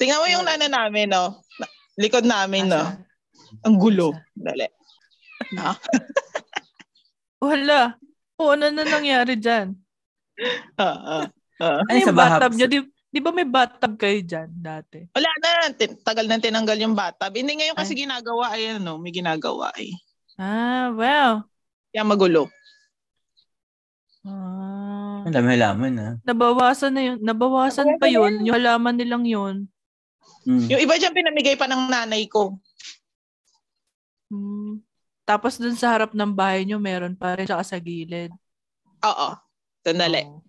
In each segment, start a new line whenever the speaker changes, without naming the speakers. Tingnan mo yung nana namin, no? Na- Likod namin, no? Ang gulo. Dali. Na.
Wala. O, ano na nangyari dyan?
Ah, ah, ah.
Ano
Ay,
yung
sa bahab-
bathtub nyo? Di, di ba may bathtub kayo dyan dati?
Wala na. Tin- Tagal na tinanggal yung bathtub. Hindi ngayon kasi ginagawa. Ay, ano, may ginagawa eh.
Ah, wow.
Kaya magulo.
Ah.
Ang dami-laman, ha?
Nabawasan na yun. Nabawasan pa yun. Yung halaman nilang yun.
Mm.
Yung iba dyan pinamigay pa ng nanay ko.
Hmm. Tapos dun sa harap ng bahay nyo, meron pa rin tsaka sa gilid.
Oo. Sandali.
Oo.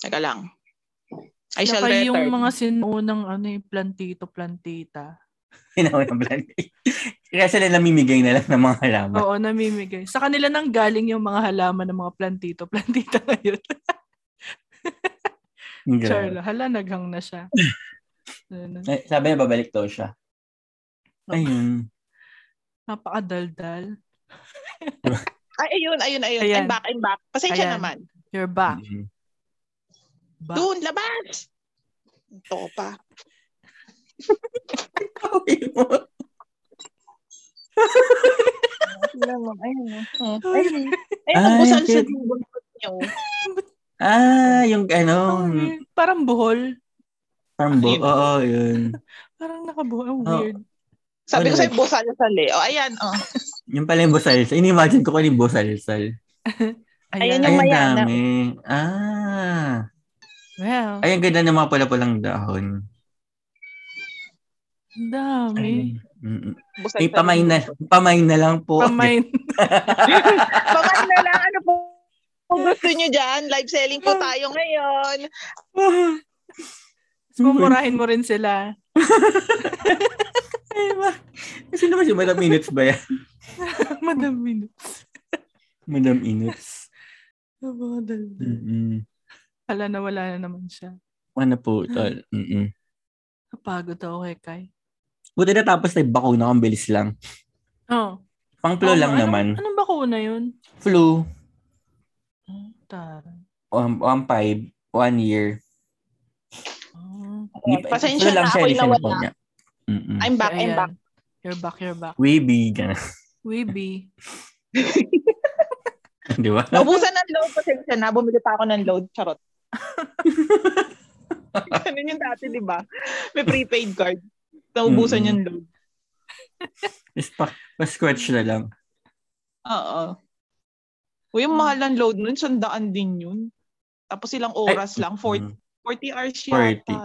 Teka lang. I shall
Tsaka yung
return.
mga sinunang ano yung plantito, plantita.
Pinawa ng plan. Kaya sila namimigay na lang ng mga halaman.
Oo, namimigay. Sa kanila nang galing yung mga halaman ng mga plantito, plantita ngayon.
Ang grabe.
Charlo, hala, naghang na siya. Ano,
Ay, Eh, Sabi niya, babalik daw siya. Ayun.
Napakadaldal.
Ay, ayun, ayun, ayun.
Ayan.
I'm back, I'm back. Pasensya
Ayan.
naman.
You're back.
Mm.
back.
Doon, labas! Ito pa.
Oh.
Ayun. Ayun,
Ay,
kung saan
cute.
sa dulo niyo.
ah, yung ano,
Ang weird. parang buhol.
parang bu-
Ayun.
Oo, yun.
Parang nakabuhol. Ang
Oo.
weird.
Sabi ko
Ano
sa'yo, busa na sali. O, ayan, oh. o.
Yung pala yung busalsal. Ini-imagine ko kung ano yung busalsal.
Ayan
Ay,
Yung
ang
mayaman.
dami. Ah.
Well,
Ay, ang ganda ng mga pula-pulang dahon.
ang dami.
Ay. Mm-mm.
Busa
May
sa-
pamay na, pamay na lang po.
Pamain.
Pamain na lang, ano po? Kung gusto niyo dyan, live selling po tayo ngayon.
Mas Mumurahin mo rin sila.
Ay, ma- Sino ba si Madam Minutes ba yan?
Madam minutes.
Madam Minutes.
Napakadaldal.
Mm-mm.
Hala na wala na naman siya.
Ano po, tol? Mm-mm.
Napagod ako kay Kai.
Buti na tapos na bako na ang bilis lang.
Oh.
Pang flu
Tama.
lang
Anong-
naman.
Anong bakuna yun?
Flu,
Oh, tara.
um, one five, one year.
Oh.
Hindi pa-
Pasensya
flu lang
na,
siya,
ako'y
hindi siya
nawala.
naponya. Mm-mm.
I'm back, I'm
Ayan.
back.
You're back, you're back.
Weeby, ganun.
Weeby.
Di ba?
Naubusan ng load, pasensya na. Bumili pa ako ng load, charot. Ganun yung dati, di ba? May prepaid card. Naubusan
Mm-mm.
yung load.
Just pa, pa-scratch na lang.
Oo. Uy, yung mahal ng load nun, sandaan din yun. Tapos ilang oras lang, 40,
Mm.
40 hours yata.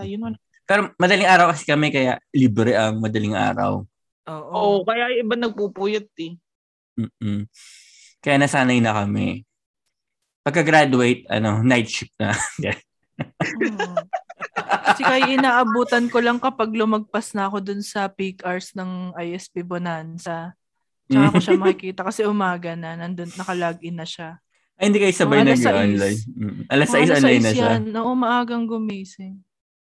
40.
Yun, ano.
Pero madaling araw kasi kami, kaya libre ang madaling araw.
Oo, oh,
Oo.
kaya iba nagpupuyat eh.
Mm-mm. Kaya nasanay na kami. Pagka-graduate, ano, night shift na.
Mm. Kasi kaya inaabutan ko lang kapag lumagpas na ako dun sa peak hours ng ISP Bonanza. Tsaka ako
Mm.
siya makikita kasi umaga na, nandun, nakalagin na siya.
Ay, hindi kayo
Mga
sabay
alas
nag-online.
sais.
Mm. Alas 6
Mga alas 6
online na siya.
yan. Oo, maagang gumising.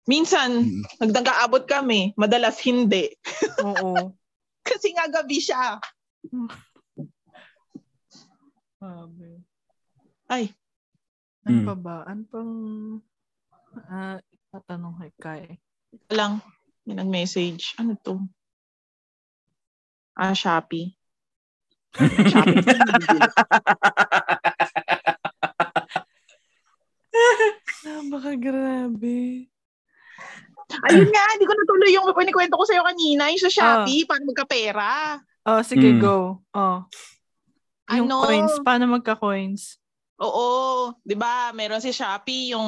Minsan,
Mm.
nagdangkaabot kami. Madalas hindi.
Oo.
Kasi nga gabi siya.
Grabe.
Ay.
Ano
Mm.
pa ba? Ano pang ah, tatanong kay Kai?
Lang, may nag-message. Ano to? Ah, Shopee. Shopee.
Ah, baka grabe.
Ayun nga, hindi ko natuloy yung pinikwento ko sa'yo kanina. Yung sa Shopee, paano magkapera.
Oh, sige,
Mm.
go. Oh. Yung
Ano?
coins. Paano magka-coins?
Oo, 'di ba? Meron si Shopee yung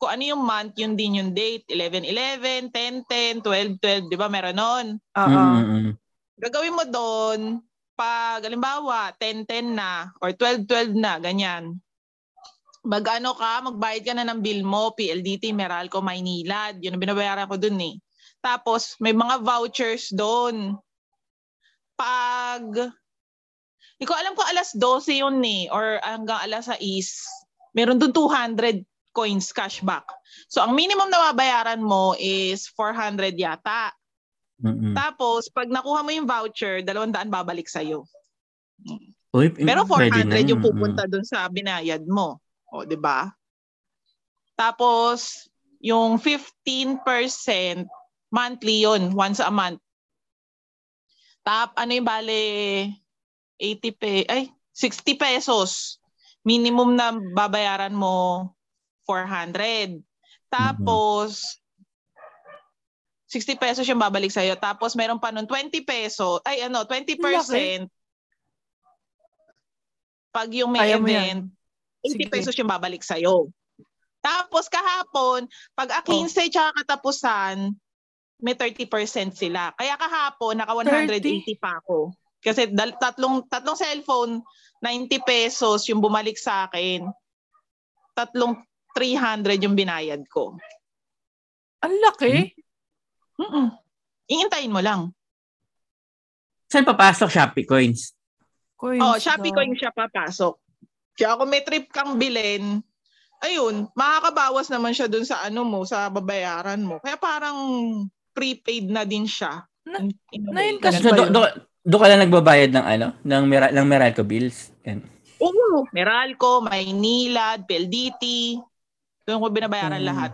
kung ano yung month, yun din yung date, 11/11, 10/10, 12/12, 'di ba? Meron noon.
Oo.
Mm-mm.
Gagawin mo doon pag halimbawa 10/10 na or 12/12 na, ganyan. Mag ano ka, magbayad ka na ng bill mo, PLDT, Meralco, Maynilad. Yun ang binabayaran ko doon eh. Tapos may mga vouchers doon. Pag Hindi ko alam ko alas 12 yun eh or hanggang alas 6. Meron doon 200 coins cashback. So ang minimum na babayaran mo is 400 yata.
Mm-mm.
Tapos, pag nakuha mo yung voucher, 200 babalik sa'yo.
Uy,
Pero
pwede
400
na.
yung pupunta dun sa binayad mo. O, di ba? Tapos, yung 15% Monthly yon once a month. Tap, ano yung bale, 80 pe, ay, 60 pesos. Minimum na babayaran mo, 400. Tapos, 60 pesos yung babalik sa'yo. Tapos, meron pa nun 20 peso, ay ano, 20% pag yung may
Kaya mo
event, 80
Sige.
pesos yung babalik sa'yo. Tapos kahapon, pag
Oh.
a 15 tsaka katapusan, may 30% sila. Kaya kahapon, naka 180 pa ako. Kasi dal- tatlong, tatlong cellphone, 90 pesos yung bumalik sa akin. Tatlong 300 yung binayad ko.
Ang
Hmm?
laki.
Mm-mm. Iintayin mo lang.
Saan papasok Shopee Coins?
Coins
Oh, Shopee
daw.
ko yung siya papasok. Kaya kung may trip kang bilhin, ayun, makakabawas naman siya dun sa ano mo, sa babayaran mo. Kaya parang prepaid na din siya.
Na-
In- in a
na
way.
yun kasi-
So,
ba
do,
yun?
do, do ka lang nagbabayad ng ano? Ng, Mira, ng Meralco bills? Yan.
Oo. Meralco, Maynilad, PLDT. Doon ko binabayaran
Mm.
Hmm.
lahat.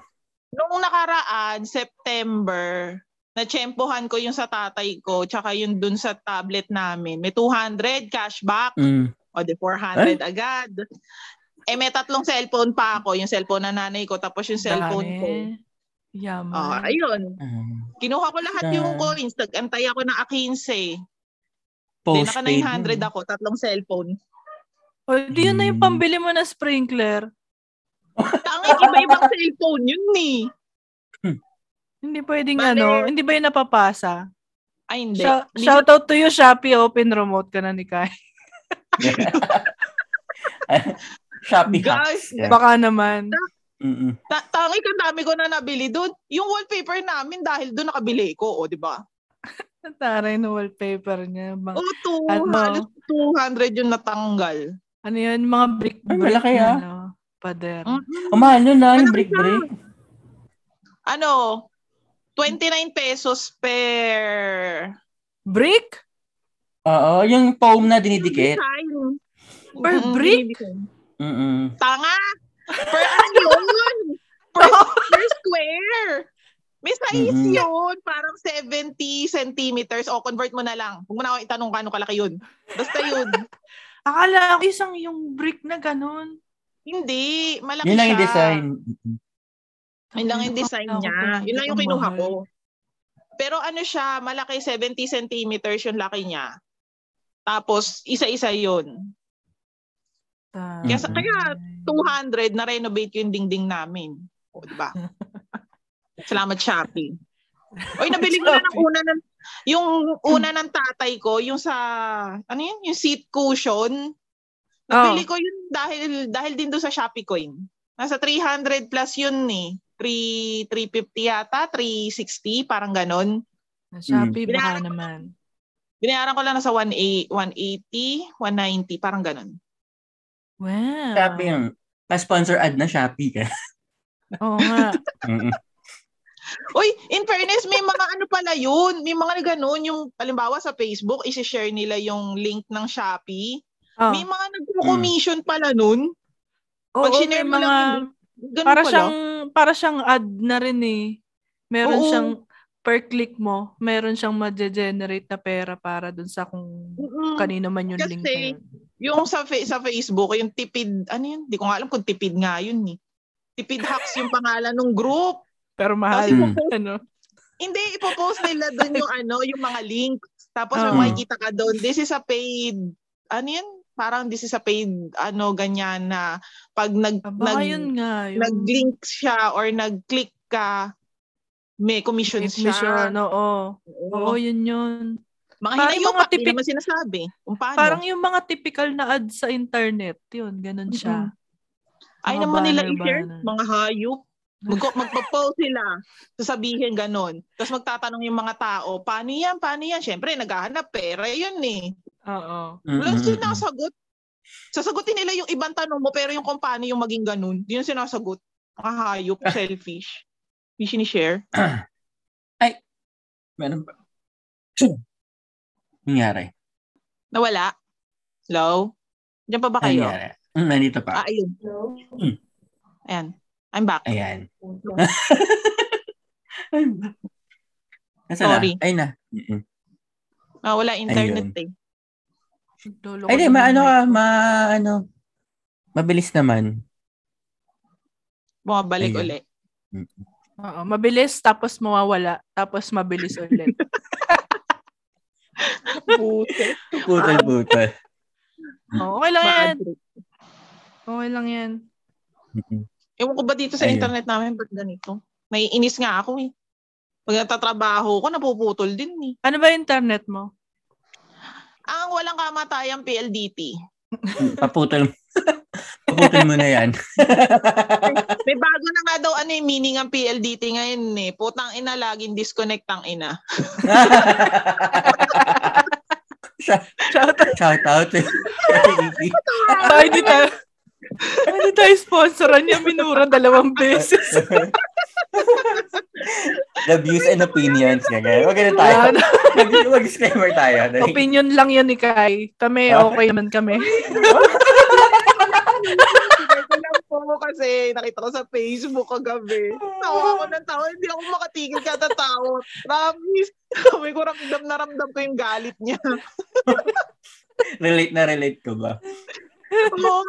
Noong nakaraan, September, natsyempohan ko yung sa tatay ko, tsaka yung dun sa tablet namin. May 200 cashback.
Mm.
O di 400 agad. Eh may tatlong cellphone pa ako, yung cellphone na nanay ko tapos yung cellphone
Dami.
ko.
Yaman.
Oh, ayun.
Ah.
Kinuha ko lahat
Dami.
yung coins. Nag-antay ako ng A15. Then naka
Postpaid.
900 ako, tatlong cellphone.
O, di yun na yung
Hmm.
pambili mo na sprinkler.
Tangik, iba-ibang cellphone yun ni.
Hindi pwedeng
Bale.
ano, hindi ba yun napapasa?
Ay, hindi.
Shou-
Hindi
shout out to you, Shopee. Open remote ka na ni Kai.
Shopee
Guys,
hacks. Yeah.
Baka naman.
Mm-mm.
Ta- tangik, ang dami ko na nabili doon. Yung wallpaper namin dahil doon nakabili ko, o, di ba?
Taray na wallpaper niya. Bang,
O, two,
Ano?
halos 200 yung natanggal.
ano yun? Mga brick
Ay,
brick
malaki,
na,
ah.
ano, pader.
Mm.
Oh, mahal yun na, yung break break.
Ano, 29 pesos per
Brick?
Oo, yung foam na dinidikit.
Design.
Per
Mm,
brick?
binibitin.
Mm-mm.
Tanga! Per ano yun? Per, per square! May size
Mm-mm.
yun. Parang 70 centimeters. O, convert mo na lang. Huwag mo na ako itanong kano kalaki yun. Basta yun.
Akala ko isang yung brick na ganun.
Hindi. Malaki
Yun lang
siya.
yung design.
Yun lang yung design
Akala ko
niya.
parang
Yun lang yung
ang
kinuha
mahal.
ko. Pero ano siya, malaki 70 centimeters yung laki niya. Tapos, isa-isa yun.
Taray.
Kaya sa- kaya
Oh,
200 na renovate yung dingding namin. O, di ba? Salamat Shopee. Oy, nabili ko na ng una ng yung una ng tatay ko, yung sa ano yun, yung seat cushion. Nabili ko yun dahil dahil din do sa Shopee coin. Nasa 300 plus yun ni. Eh. 3 350 yata, 360 parang ganon.
Sa Shopee,
Mm.
baka naman.
Binayaran ko lang nasa 180, 180, 190 parang ganon.
Wow.
Ah.
Shopee yung. Pa-sponsor ad na Shopee ka.
Oo nga.
Mm-mm.
Uy, in fairness, may mga ano pala yun. May mga ganun. Yung, halimbawa sa Facebook, isi-share nila yung link ng Shopee.
Oh.
May mga nagko-commission
Hmm.
pala nun.
Oo,
pag sinare
may
mo lang
mga,
yung Ganun
para
Ano pala.
siyang, para siyang ad na rin eh. Meron
Oo.
siyang, per click mo, meron siyang ma-generate na pera para dun sa kung
Mm-mm.
kanino man yung
Ah, Kasi-
link na yun.
Yung sa, fa- sa Facebook, yung tipid, ano yun? Di ko nga alam kung tipid nga yun eh. Tipid hacks yung pangalan ng group.
Pero mahal.
Kasi-
ano?
Hindi, ipopost nila doon yung ano, yung mga link. Tapos may
Oo.
makikita ka doon, this is a paid, ano yun? Parang this is a paid, ano, ganyan na pag nag, nag
Baka yun nga. Yung
nag-link siya or nag-click ka, may commission
may
siya.
commission, oo. Oo,
Oo. Ano?
yun yun.
Mga
Parang
hinayupak,
mga
hindi
tipi-
naman sinasabi. Kung paano.
Parang yung mga typical na ad sa internet, yun, ganun siya.
Ay
mga
naman nila
banner,
i-share,
banner.
mga hayop. Mag- magpo-post sila, sasabihin ganon. Tapos magtatanong yung mga tao, paano yan, paano yan? Siyempre, naghahanap pera, yun eh.
Oo.
Wala
Mm-mm.
sinasagot. Sasagutin nila yung ibang tanong mo, pero yung kung paano yung maging ganun, di yung sinasagot. Mga hayop, selfish. Yung sinishare.
Meron ba? Ano Nangyari.
Nawala. Hello? Diyan pa ba
Ano
kayo?
Nangyari. Mm, Nandito pa.
Ah, ayun.
Mm.
Ayan. I'm back.
Ayan. Nasa
Sorry.
Na? Ay na. Mm-mm.
Ah, wala internet eh.
Naglolo ko
Ay, di,
ng
maano
mic
ka,
ko.
ma, ano, mabilis naman.
Bumabalik
Ayun.
uli.
Oo, mabilis, tapos mawawala, tapos mabilis ulit.
Putol-putol.
Oo, okay lang yan.
Bad trip.
Okay lang yan.
Mm-mm.
Ewan ko ba dito sa
Ayun.
internet namin ba't ganito? Naiinis nga ako eh. Pag natatrabaho ko, napuputol din eh.
Ano ba yung internet mo?
Ang walang kamatayang PLDT.
Paputol. Paputol mo na yan.
May bago na nga daw ano yung meaning ang PLDT ngayon eh. Putang ina, laging disconnect ang ina.
Shout out.
Shout out.
Baka hindi tayo, hindi tayo sponsoran niya, minura dalawang beses.
The views and opinions. Ganyan. Huwag na tayo.
Wala na.
Mag- Mag-disclaimer tayo.
Opinion lang yan ni Kai. Kami, okay naman kami.
Ito lang po kasi nakita ko sa Facebook kagabi. Tawa ko ng tawa, hindi ako makatigil kada tao. Ramis. Sabi ko, ramdam na ramdam ko yung galit niya.
Relate na relate ko ba?
Oo,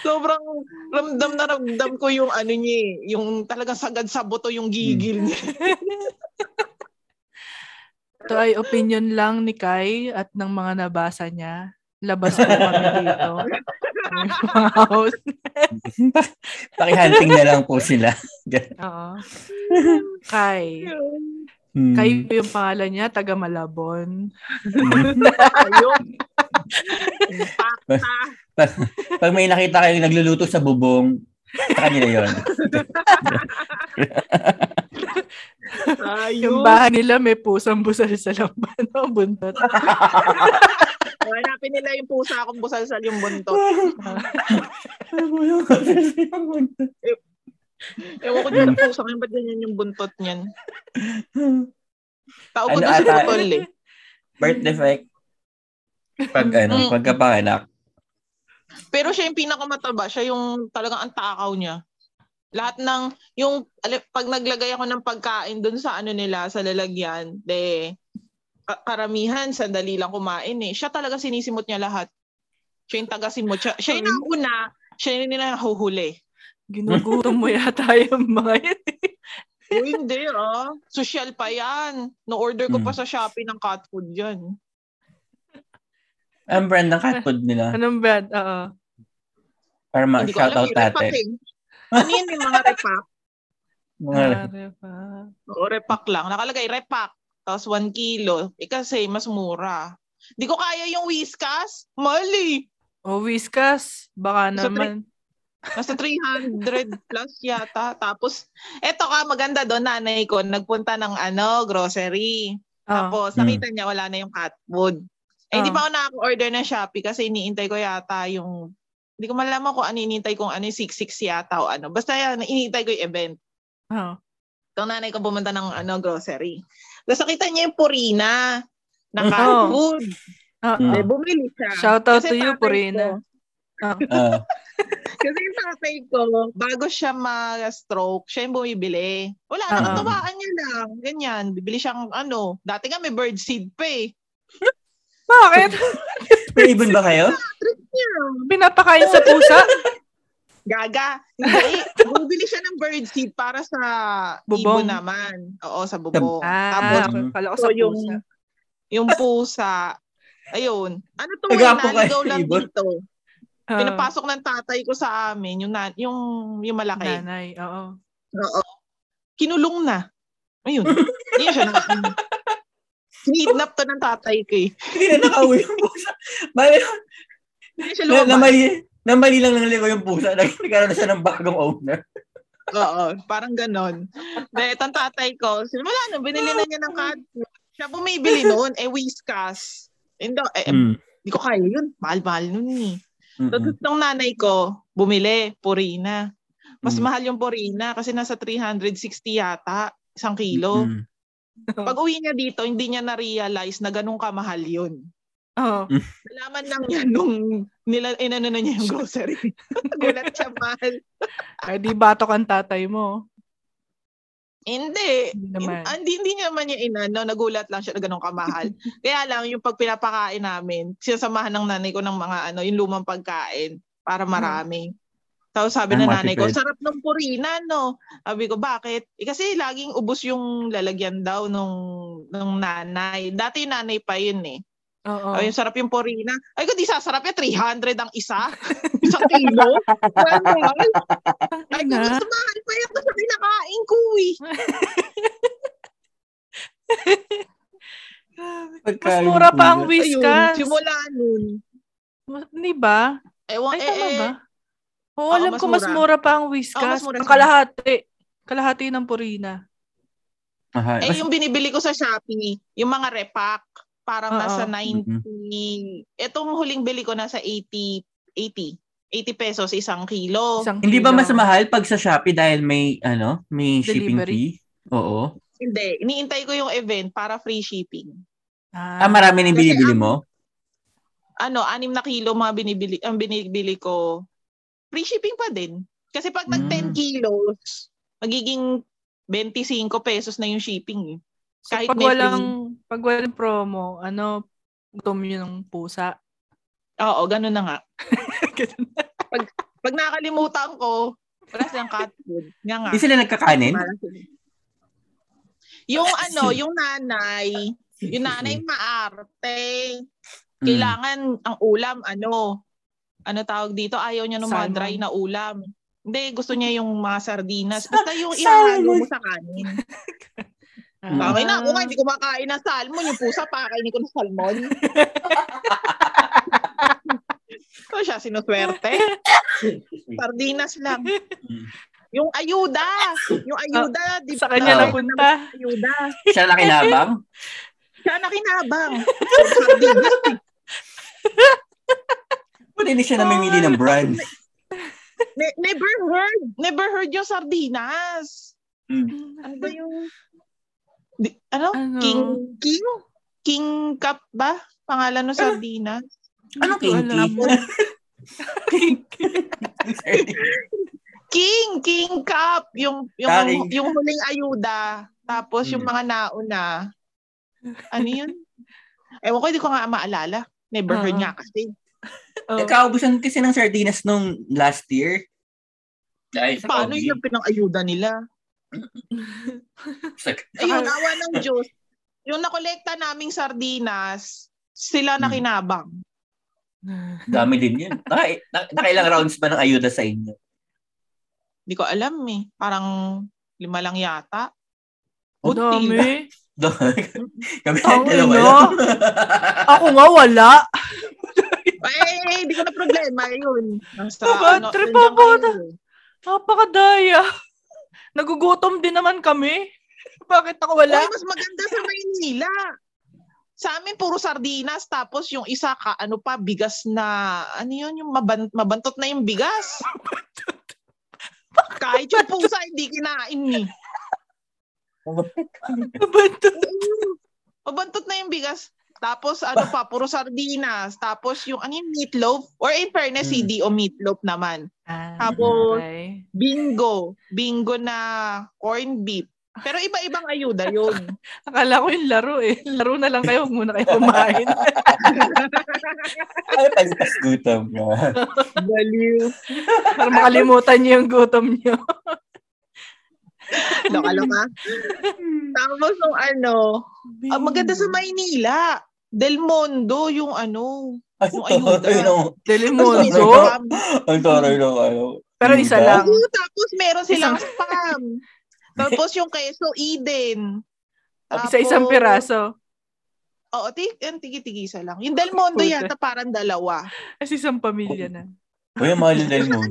sobrang ramdam na ramdam ko yung ano niya eh, Yung talagang sagad sa buto yung gigil niya.
Ito ay opinion lang ni Kai at ng mga nabasa niya. Labas po kami dito. Ang mga host.
Pakihunting na lang po sila.
Oo. Kai.
Hmm.
Kai po yung pangalan niya, taga Malabon.
Ayun. Pakta.
Pag may nakita kayong nagluluto sa bubong, sa kanila yun.
Ayun.
Yung bahay nila may pusang busal sa laman. Ang buntot.
Hanapin nila yung pusa kung busal-sal yung buntot. Ewan ko din yung pusa ngayon, ba't ganyan yung buntot niyan? Tao ko
Ano
ano, sa
ata?
putol eh.
Birth defect. Pag ano,
Mm.
pagkapanganak.
Pero siya yung pinakamataba. Siya yung talagang ang takaw niya. Lahat ng, yung, alam, pag naglagay ako ng pagkain doon sa ano nila, sa lalagyan, de, ka- karamihan, sandali lang kumain eh. Siya talaga sinisimot niya lahat. Siya yung taga-simot. Siya, siya yung nauna, siya yung nila huhuli.
Ginugutom mo yata yung mga yan.
O hindi ah. Social pa yan. No-order ko pa
Mm.
sa Shopee ng cat food yan.
Ang brand ng cat food nila.
Anong brand? Oo.
Para
eh.
ma-shoutout
Repack
natin.
eh. Ano yun yung mga repack?
Mga-
Pare pa.
Oo, repack lang. Nakalagay repack. Tapos 1 kilo. Eh kasi mas mura. Di ko kaya yung Whiskas. Mali.
O Oh, Whiskas. Baka
Sa
naman.
Nasa 300 plus yata. Tapos, eto ka, maganda doon, nanay ko. Nagpunta ng ano, grocery.
Oo.
Tapos,
Mm.
nakita niya wala na yung cat food. Eh, hindi
Ah.
pa ako nakaka-order ng Shopee kasi iniintay ko yata yung... Hindi ko malaman kung ano iniintay kong ano, yung 66 yata o ano. Basta yan, iniintay ko yung event.
Oo.
Itong nanay ko pumunta ng ano, grocery. Tapos nakita niya yung Purina na
Mm.
cat
Oh.
food.
Oo.
Eh,
Mm.
bumili siya.
Shout out to you,
tatay
Purina.
ko-
Ah,
kasi yung tatay ko, bago siya ma-stroke, siya yung bumibili. Wala,
Ah.
natutuwaan niya lang. Ganyan, bibili siyang ano. Dati nga may bird seed pa eh.
Bakit?
may ibon ba kayo?
Pinapakain sa pusa?
Gaga. Hindi. bumibili siya ng bird seed para sa
Bubong.
ibon naman. Oo, sa bubong. Tapos,
Ah,
Tapos-
kala ko
So,
sa
yung-
pusa.
yung pusa, ayun. Ano to? eh,
Nagapo kayo
Naligaw lang
ibon?
dito.
Ah,
Pinapasok ng tatay ko sa amin, yung, na, yung, yung malaki.
Nanay, oo.
Oo. Kinulong na. Ayun. Hindi siya na. Kinidnap to ng tatay ko eh.
Hindi na nakauwi yung pusa. Bale,
Hindi siya
na,
lumabas.
namali, namali lang ng ligo yung pusa. Nag- Nagkaroon na siya ng bagong owner.
Oo. Parang ganon. Dahil itong tatay ko, sin- wala na, binili na niya ng cat food. Siya bumibili noon, eh Whiskas. Hindi, eh,
Hmm.
hindi ko kaya yun. Mahal-mahal nun eh.
Mm. Mm-mm.
Tapos nung nanay ko, bumili, Purina. Mas
Mm.
mahal yung Purina kasi nasa 360 yata, isang kilo.
Mm.
Pag uwi niya dito, hindi niya na-realize na ganun kamahal yun.
Oo.
Nalaman lang niya nung nila, inano na niya yung grocery. Gulat siya mahal.
eh, Ay, di batok ang tatay mo.
Hindi.
Hindi
Hin-
naman.
Hindi, hindi niya naman niya inano, nagulat lang siya na ganun kamahal. Kaya lang, yung pag pinapakain namin, sinasamahan ng nanay ko ng mga ano, yung lumang pagkain para marami. Tapos sabi
Ah,
na nanay ko,
matipid.
sarap ng purina, no? Sabi ko, bakit? Eh, kasi laging ubos yung lalagyan daw nung, nung nanay. Dati yung nanay pa yun eh. Oh.
Oo.
yung sarap yung porina. Ay, kung di sasarap yan, 300 ang isa. Isang kilo. Mahal. Ay, kung
Ina.
mas mahal pa yan sa kinakain ko eh.
Mas mura pa ang
Ayun,
Whiskas.
simula nun.
Mas- Di ba?
Ewan, eh,
Ay, tama
eh.
ba? Oo,
Oo,
alam
mas
ko mas
mura.
mura pa ang
Oo, mas
Whiskas.
mura
Ang
siya.
kalahati. Kalahati ng Purina.
Mahal.
Eh, yung binibili ko sa Shopee, yung mga repack, parang
Oo.
nasa 90. Etong huling bili ko nasa 80, 80. 80 pesos isang kilo.
Isang
Hindi ba
kilo.
mas mahal pag sa Shopee dahil may ano, may shipping
Delivery.
fee? Oo.
Hindi, iniintay ko yung event para free shipping.
Ah, marami na yung
Kasi
binibili
ang-
mo?
ano, anim na kilo mga binibili, ang binibili ko, free shipping pa din. Kasi pag nag 10
Mm.
kilos, magiging 25 pesos na yung shipping. eh.
So,
kahit
pag
may
walang, pag walang promo, ano, gutom yun ng pusa.
Oo, ganun na nga.
Ganun.
Pag nakalimutan ko, wala silang cat food. Nga nga.
Hindi sila nagkakanin?
Parang sila. Yung ano, yung nanay, yung nanay maarte.
Mm.
Kailangan ang ulam, ano, ano tawag dito, ayaw niya ng mga
Salmon.
dry na ulam. Hindi, gusto niya yung mga sardinas. Basta yung ihahalo mo sa kanin.
Ah.
Okay na, ako nga, hindi kumakain ng salmon. Yung pusa, pakainin ko ng salmon. so siya, sinuswerte.
Mm.
Sardinas lang. Yung ayuda. Yung ayuda. di
Mm. Sa kanya
Oo.
napunta.
Ayuda.
Siya na kinabang?
Siya nakinabang. Sardinas.
Pwede hindi siya namimili ng brand.
Ne- never heard. Never heard yung sardinas. Ano ba yung... Di- ano?
Ano?
King, King? King Cup ba? Pangalan
Ah.
ng sardinas? Ano,
Anong kinky?
King, King Cup, yung yung
Ah, King.
yung huling ayuda, tapos yung
Hmm.
mga nauna. Ano 'yun? Ewan ko, hindi ko nga maalala. Never heard
Oo.
nga kasi.
Oh.
Nakaubusan kasi ng sardinas nung last year. Dahil sa
Paano
COVID.
yun yung pinang-ayuda nila?
Sak-
Ayun, awa ng Diyos. Yung nakolekta naming sardinas, sila na
Hmm.
kinabang.
Dami din yun. Naka, na- nakailang rounds ba ng ayuda sa inyo?
Hindi ko alam eh. Parang lima lang yata.
Ang Oh, dami.
Kami
Ang
na dalawa
ino.
lang.
Ako nga wala.
Ay, Eh, hindi ko na problema. Ayun. Nasa, ano,
Baba, Diba? trip
nandiyan
ako
kayo
na.
eh.
Napakadaya. Nagugutom din naman kami. Bakit ako wala?
Uy, mas maganda sa Maynila. Sa amin, puro sardinas. Tapos yung isa ka, ano pa, bigas na, ano yun, yung maban- mabantot na yung bigas. Kahit yung pusa, hindi kinain eh. ni. ano
Nabantot.
Mabantot na yung bigas. Tapos ano pa, puro sardinas. Tapos yung, ano yung meatloaf? Or in fairness,
Mm.
Hmm.
hindi o meatloaf naman.
Ah,
Tapos, bingo. Bingo na corned beef. Pero iba-ibang ayuda yun.
Akala ko yung laro eh. Laro na lang kayo. Huwag muna kayo kumain.
Ay, palipas gutom ka.
Baliw.
Para makalimutan niyo yung gutom niyo.
Loka-loka. Tapos nung ano, Ah, maganda sa Maynila. Del Mondo yung ano.
Ay,
Yung
toroy
ayuda.
ng-
Delimundo.
Ang toroy ng ano.
Pero isa
ayuda.
lang.
Oo, tapos meron silang spam. tapos yung queso Eden.
Isa-isang
Tapos-
piraso.
Oo, tig- yan, tigi-tigisa lang. Yung Del Mondo
Puta.
yata parang dalawa.
As isang pamilya na.
Uy, ang mahal din mo.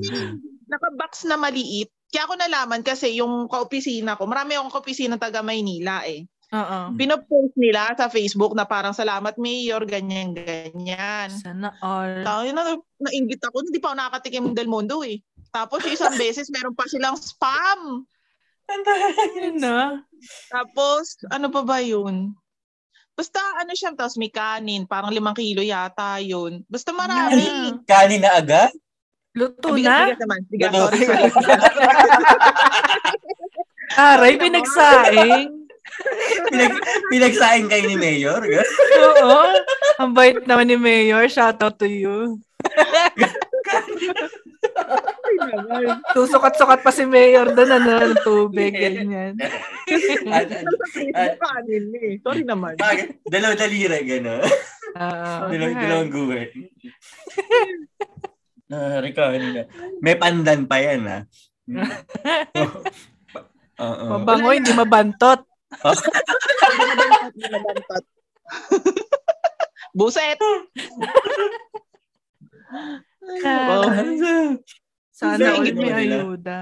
Naka-box na maliit. Kaya ako nalaman kasi yung kaopisina ko, marami akong kaopisina taga Maynila eh.
Oo.
Pinopost nila sa Facebook na parang salamat mayor, ganyan, ganyan.
Sana all.
Tayo na, nainggit ako. Hindi pa ako nakakatikim ng Del Mundo eh. Tapos yung isang beses, meron pa silang spam.
Yun na.
Tapos, ano pa ba yun? Basta ano siya, tapos may kanin. Parang limang kilo yata yun. Basta marami.
Kanin.
Kanin na agad?
Ah,
Luto na.
Bigas, bigas naman. Bigas, sorry, sorry.
Aray, pinagsaing.
Pinag, pinagsaing kayo ni Mayor.
Oo. Ang bait naman ni Mayor. Shout out to you. Susukat-sukat pa si Mayor doon, ano, ng tubig, ganyan.
at, at,
Ano Hindi pa anin eh. Sorry naman.
bag- dalaw dalira, gano'n.
Oo.
Dalawang, dalawang guwet. Ah, Rico, ano na. May pandan pa yan, ha? Oo.
Mabango, hindi mabantot.
Buset!
Ah.
Oh.
Sana all
Hindi,
may
hindi nila.
ayuda.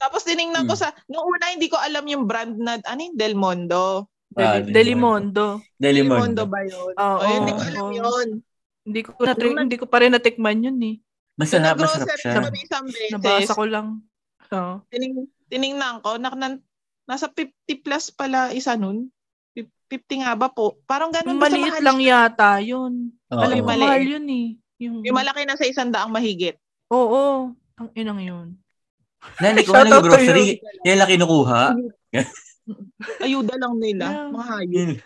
Tapos tiningnan ko sa, nung una hindi ko alam yung brand na, ano yung Del Mondo?
Ah,
Del- Delimondo.
Del
Delimondo.
Mondo ba yun?
Oo.
Oh, yun, hindi ko alam
oo.
yun.
Hindi ko, na, hindi ko pa rin natikman yun eh.
Masarap, masarap
Nag-grocery
siya.
ako na isang beses.
Nabasa ko lang. Oo.
Tining, tiningnan ko, nak, nan- nasa 50 plus pala isa nun. Fif- 50 nga ba po? Parang ganun. basta
Maliit
mahal
lang
siya.
yata yun.
Oo.
Alam mo,
mali.
mahal yun eh. Yung,
Yung malaki na sa isang daang mahigit.
Oo, oo. Ang inang yun.
Nani, ko
Shout
ng
out to
grocery. Yan lang kinukuha.
Ayuda lang nila.
Yeah.
Mga hayop.
Yun.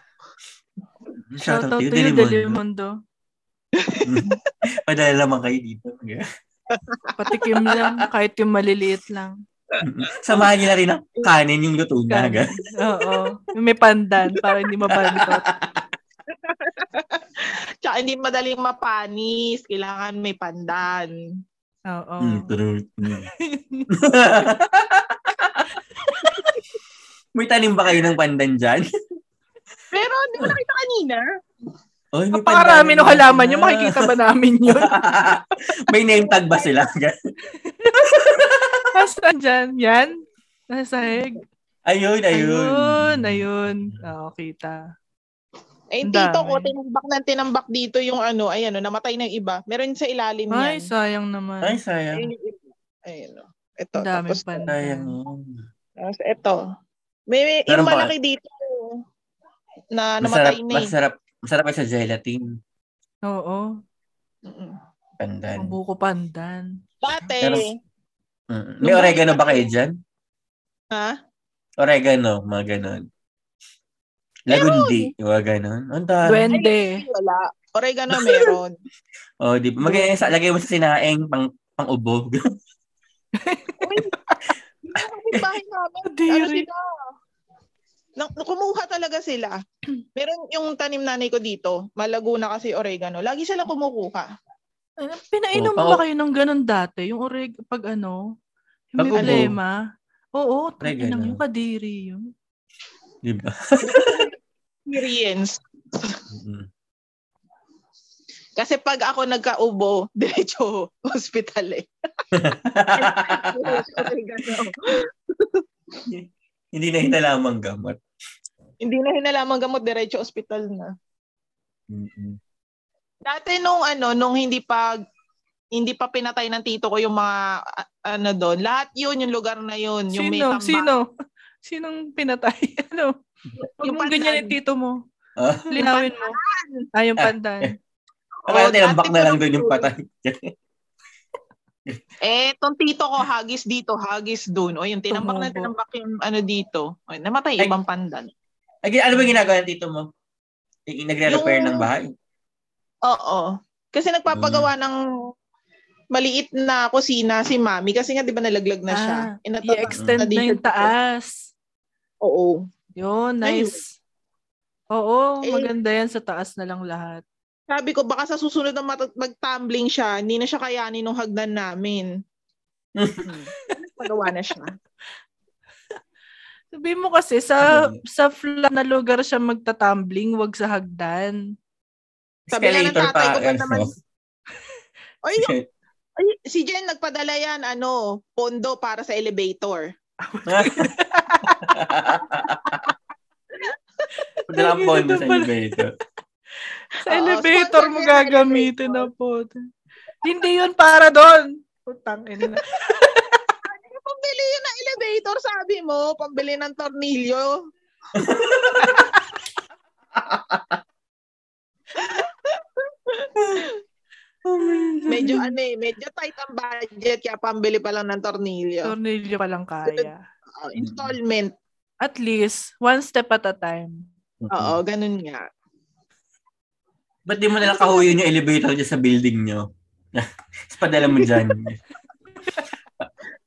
Shout out to you,
Delimondo.
Delimondo.
Padala naman kayo dito.
Patikim lang, kahit yung maliliit lang.
Samahan niyo na rin ang kanin yung luto na.
Kami. Oo. Yung May pandan para hindi mabantot.
Tsaka hindi madaling mapanis. Kailangan may pandan.
Oo.
Mm, true. Mm. May tanim ba kayo ng pandan dyan?
Pero hindi ko nakita kanina.
Oy, may
Napakarami
pandan.
ng halaman nyo. Makikita ba namin yun?
May name tag ba sila?
Nasaan dyan? Yan? Nasa heg?
ayun, ayun.
Ayun, ayun. Oo, kita.
Eh,
Ang
tito ko,
dami.
tinambak na tinambak dito yung ano, ayan o, namatay ng iba. Meron sa ilalim
Ay,
yan.
sayang naman.
Ay, sayang.
Ayun yung iba. Ayan o. Ito,
Ang daming
tapos,
pandan.
Sayang. yun.
tapos ito. May, may
Meron
yung
ba?
malaki dito na
Masarap,
namatay na eh.
masarap, masarap ay sa gelatin.
Oo.
Mm-mm.
Ang
Pandan.
buko pandan.
Dati,
Pero- Mm. May oregano ba kayo dyan?
ha?
Oregano, mga ganon. Lagundi, yung mga ganon. Ang dami.
Duwende.
Wala. Oregano meron.
O, Oh, di ba? Mag- sa- lagay mo sa sinaing pang pang ubo.
Yung bahay namin, ano
Kadiri.
sila? Nang, kumuha talaga sila. Meron yung tanim nanay ko dito, Malaguna kasi oregano. Lagi sila kumukuha.
Ano, Pinainom
Oo,
mo
pang-
ba kayo ng ganun dati? Yung oreg, pag ano, yung may
Pag-ubo.
problema. Oo,
Oreg,
tayo
ano?
yung kadiri yun.
Di ba?
Experience.
Mm.
Kasi pag ako nagkaubo, diretso hospital eh. oregano.
Hindi na hinalamang gamot.
Hindi na hinalaman gamot, diretso hospital na.
Mm-mm.
Dati nung ano, nung hindi pa hindi pa pinatay ng tito ko yung mga a- ano doon. Lahat yun, yung lugar na yun. Yung may
Sino?
tambak.
Sino? Sinong pinatay? Ano? Huwag
Yung
mong
pandan.
ganyan yung tito mo.
Ah.
Linawin mo. Ay, yung pandan.
Akala
Oo,
tinambak
dati
na lang
pa
doon yung
yun.
patay.
Eh, tong tito ko, hagis dito, hagis doon. O, yung tinambak na
Tumubo.
tinambak yung ano dito. O, namatay,
Ay.
ibang pandan.
Ay, gin- ano ba ginagawa ng tito mo? I- Nagre-repair
Yung-
ng bahay?
Oo. Kasi
Hmm.
nagpapagawa ng maliit na kusina si mami. Kasi nga, di ba, nalaglag na siya.
Ah,
Inatatak-
I-extend na
dito
yung
dito.
taas.
Oo.
Yun,
Ayun.
nice. Oo,
Eh.
maganda yan. Sa taas na lang lahat.
Sabi ko, baka sa susunod na mat- mag-tumbling siya, hindi na siya kayanin nung hagdan namin. Hmm. Pagawa na siya.
Sabi mo kasi, sa
Ano?
sa flat na lugar siya magtatumbling, wag sa hagdan.
Sabi nga ng
Escalator
tatay ko, ba't
ano?
naman- Ay, ay, si Jen, nagpadala yan, ano, pondo para sa elevator.
Padala ang pondo sa elevator.
Sa
Oo,
elevator
sponsor
mo
niya yung
gagamitin na po. Hindi yun para doon. Putang ina.
Ano pambili yun ng elevator, sabi mo? Pambili ng tornilyo. Medyo ano eh, medyo tight ang budget kaya pambili pa lang ng tornilyo.
Tornilyo pa lang kaya.
Oo, installment.
At least, one step at a time.
Oo, ganun nga.
Ba't di mo na nakahuyon yung elevator dyan sa building nyo? Tapos padala mo dyan.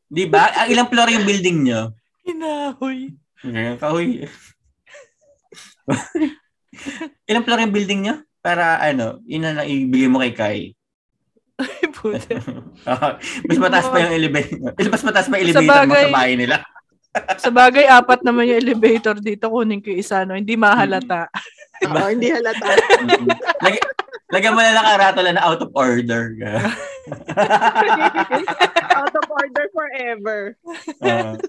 di ba? Ang ilang floor yung building nyo?
Hinahoy.
Ngayon, Kahoy. ilang floor yung building nyo? Para ano, yun na lang ibigay mo kay Kai. Ah,
Ay, puta.
mas mataas pa yung elevator. Mas mataas pa yung
Sa
elevator mo
bagay.
sa bahay nila.
Sa bagay, apat naman yung elevator dito. Kunin ko yung isa, no? Hindi mahalata.
Diba?
Oo, hindi halata.
Mm-mm. Mm-hmm. Lagi, lagyan mo na lang karatula na out of order.
Out of order forever.
Ah,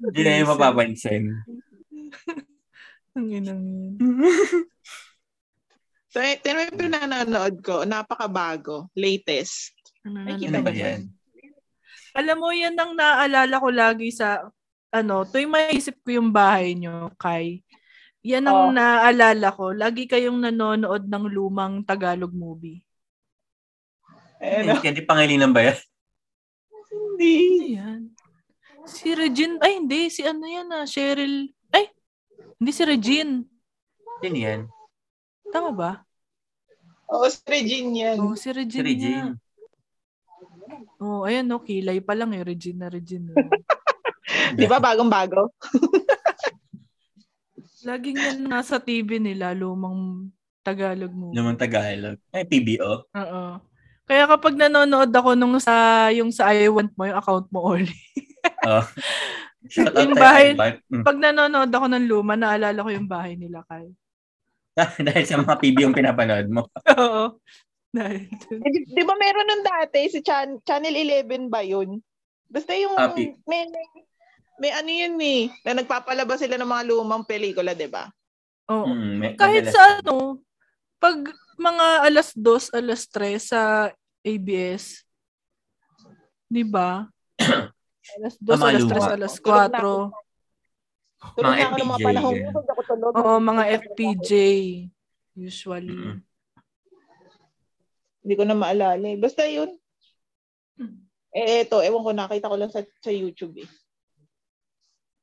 Hindi na yung mapapansin.
Ang inang yun.
So, eh, tinan mo yung pinanonood ko, napakabago, latest.
Ano ba yan?
Alam mo, yan ang naalala ko lagi sa, ano, tuwing maisip ko yung bahay nyo, Kai. Yan
Oh.
ang naalala ko. Lagi kayong nanonood ng lumang Tagalog movie.
Eh, no,
Hindi pangilinan ba yan?
hindi.
Ano yan? Si Regine, ay hindi, si ano yan ah, Cheryl, ay, hindi si Regine.
Yan yan.
Tama ba?
Oo, si Regine yan.
Oo, si Regine.
Si Regine.
nga. Oo, oh, ayan, no, kilay pa lang eh, Regine na Regine. eh.
Di ba bagong-bago?
Laging yan nasa TV nila, lumang Tagalog movie.
Naman Tagalog. Ay, PBO.
Oo. Kaya kapag nanonood ako nung sa yung sa I want mo yung account mo all.
Shout out
Yung
tayo,
bahay-
Ivan. Mm.
Pag nanonood ako ng luma, naalala ko yung bahay nila kay.
Dahil sa mga PB yung pinapanood mo.
Oo. Dahil dun.
Eh, Di, di ba meron nun dati, si Chan, Channel 11 ba yun? Basta yung
Happy.
may, may, may ano yun eh, na nagpapalabas sila ng mga lumang pelikula, di ba?
Oo.
Mm, may-
Kahit
madalas.
sa ano, pag mga alas dos, alas tres sa ABS, di ba? alas dos,
Tama,
alas
luma.
tres, alas
Tulog na
kwatro.
Tulog
Mga
na ako ng mga
FPJ,
panahon.
ganyan.
Tulog ako tulog.
Oo, mga FPJ. Usually.
Mm.
Hindi ko na maalala eh. Basta yun. Eh, eto, ewan ko, nakita ko lang sa, sa YouTube eh.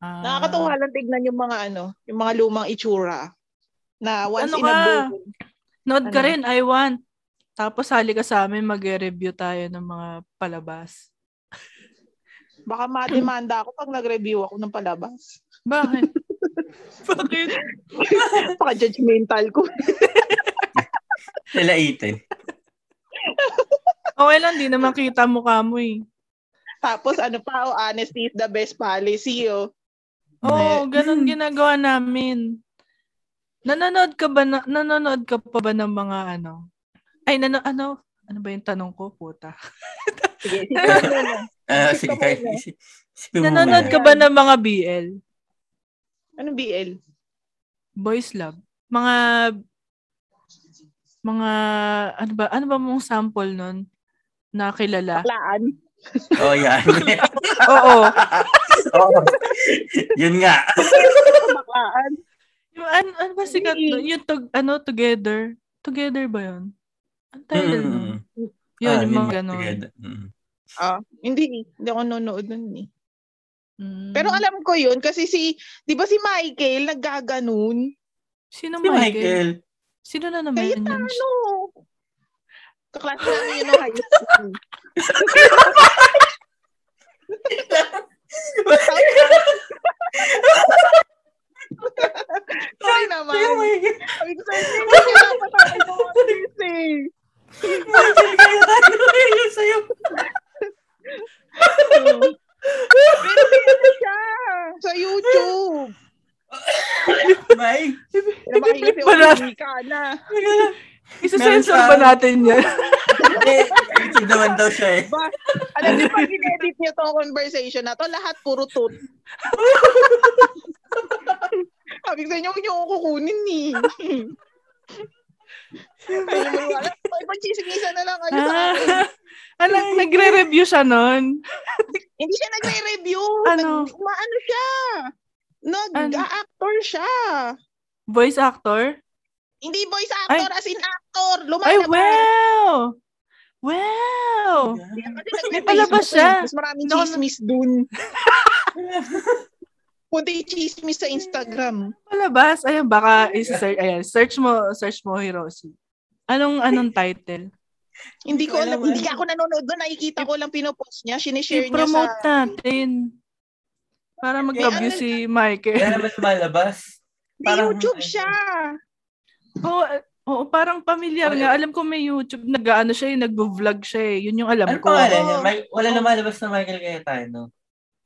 Ah.
Nakakatuwa lang tignan yung mga ano, yung mga lumang itsura. Na once
Ano
in a
ka?
blue. moon.
Nood ka
Ano?
rin, I want. Tapos hali ka sa amin, mag-review tayo ng mga palabas.
Baka mademanda ako pag nag-review ako ng palabas.
Bakit? Bakit?
Baka judgmental ko.
Sila Ethan.
Okay lang, di naman kita mukha mo eh.
Tapos ano pa, oh, honesty is the best policy, oh.
Oo, oh, ganun ginagawa namin. Nanonood ka ba na, nanonood ka pa ba ng mga ano? Ay, nano, ano? Ano ba yung tanong ko, puta?
Sige, sige. ano,
Ah, sige,
Isipin mo
kahit
muna.
isip, isipin mo
Nanonood
muna.
ka ba ng mga BL?
ano BL?
Boys Love? Mga, mga, ano ba, ano ba mong sample nun? na kilala?
Laan.
Oh, yan.
Oo.
Oo. Yun nga.
Baklaan.
Yung ano, ano ba sikat
Hindi.
nun? Yung tog, ano, together? Together ba yun? Ang title nun?
Mm.
Yun,
Ah,
yung mga Oh
nga,
ganun.
together. Mm.
Ah, hindi. Hindi ako nanonood nun eh.
Mm.
Pero alam ko yun kasi si, di ba si Michael naggaganon?
Sino
Si
Michael?
Michael.
Sino na naman
Kaya
yun?
na ano? Kaklase namin yun ng high school. Sorry naman.
Si Michael.
Sabi ko sa'yo, hindi ko pinapatawag mo kasi.
Michael, kaya tayo kaya sa'yo.
Pero dito siya sa YouTube.
Mike.
Nabahay kasi
Ba na-
umihi ka na.
Isa-censor
Meron
ba
sa-
natin yan?
Hindi. YouTube naman daw siya eh.
Ba, alam niyo, pag in-edit niyo tong conversation na to, lahat puro tut. Sabi ko sa inyo, huwag niyo akong kukunin eh. ni. Ayun, wala. Pag-chismisan na lang kayo
Ah.
sa akin.
ano, nagre-review siya nun?
Hindi siya nagre-review.
Ano?
Nag, maano siya?
Ano?
Nag-actor siya.
Voice actor?
Hindi voice actor, as in actor.
Ay,
Lumalabas.
wow! Wow!
Kasi nagre-review
Lumalabas siya.
Mas maraming
Naku-
chismis dun. Punti chismis sa Instagram.
Palabas. Ayan, baka isa-search. Ayan, search mo, search mo Hiroshi. Anong anong title?
Hindi ko alam,
Wala,
hindi ako nanonood doon. Nakikita ko lang pinopost niya. Sinishare niya
I-promote
sa...
natin. Para mag-view
ano-
si
Wala
Michael.
naman malabas.
Di
Parang-
YouTube siya.
Oo, oo, parang pamilyar
Okay.
nga. Alam ko may YouTube. Nag-ano siya eh, nag-vlog siya eh. Yun yung alam
Ano
ko.
pangalan niya? May, wala na malabas na Michael Cayetano.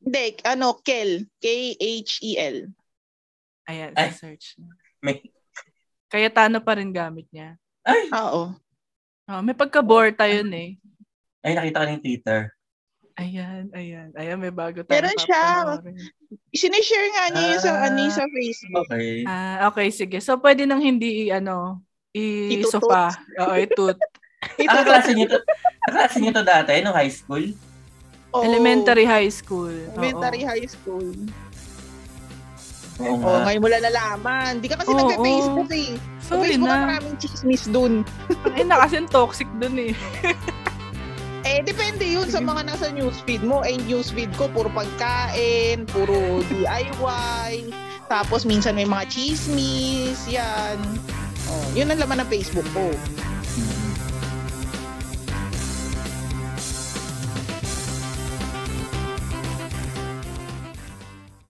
Hindi, ano, Kel. E K-H-E-L.
Ayan,
Ay.
search.
May-
Kaya Tano pa rin gamit niya.
Ay!
Oo.
Oh, may pagka-bore tayo na eh.
Ay, nakita ko na yung Twitter.
Ayan, ayan. Ayan, may bago tayo.
Meron siya. Sinishare nga niya yun sa,
Ah.
ano, yun sa Facebook.
Okay.
Ah, okay, sige. So, pwede nang hindi, i- ano,
Itutut.
i-sofa. Oo, itut.
Ang klase niyo Ah, to, ang klase niyo to dati, no high school?
Oo.
Elementary high school. Oo.
Oh. Elementary high school.
Oo
Oh
Oo,
nga.
ngayon mo lang nalaman. Hindi ka kasi
Oo.
nagpe-Facebook eh. Sa
Sorry
Facebook ang
na.
maraming chismis dun.
Ay, na kasi ang toxic dun eh.
Eh, depende yun sa mga nasa newsfeed mo. Eh, newsfeed ko, puro pagkain, puro DIY, tapos minsan may mga chismis, yan. Oh, yun ang laman ng Facebook ko.
Mm.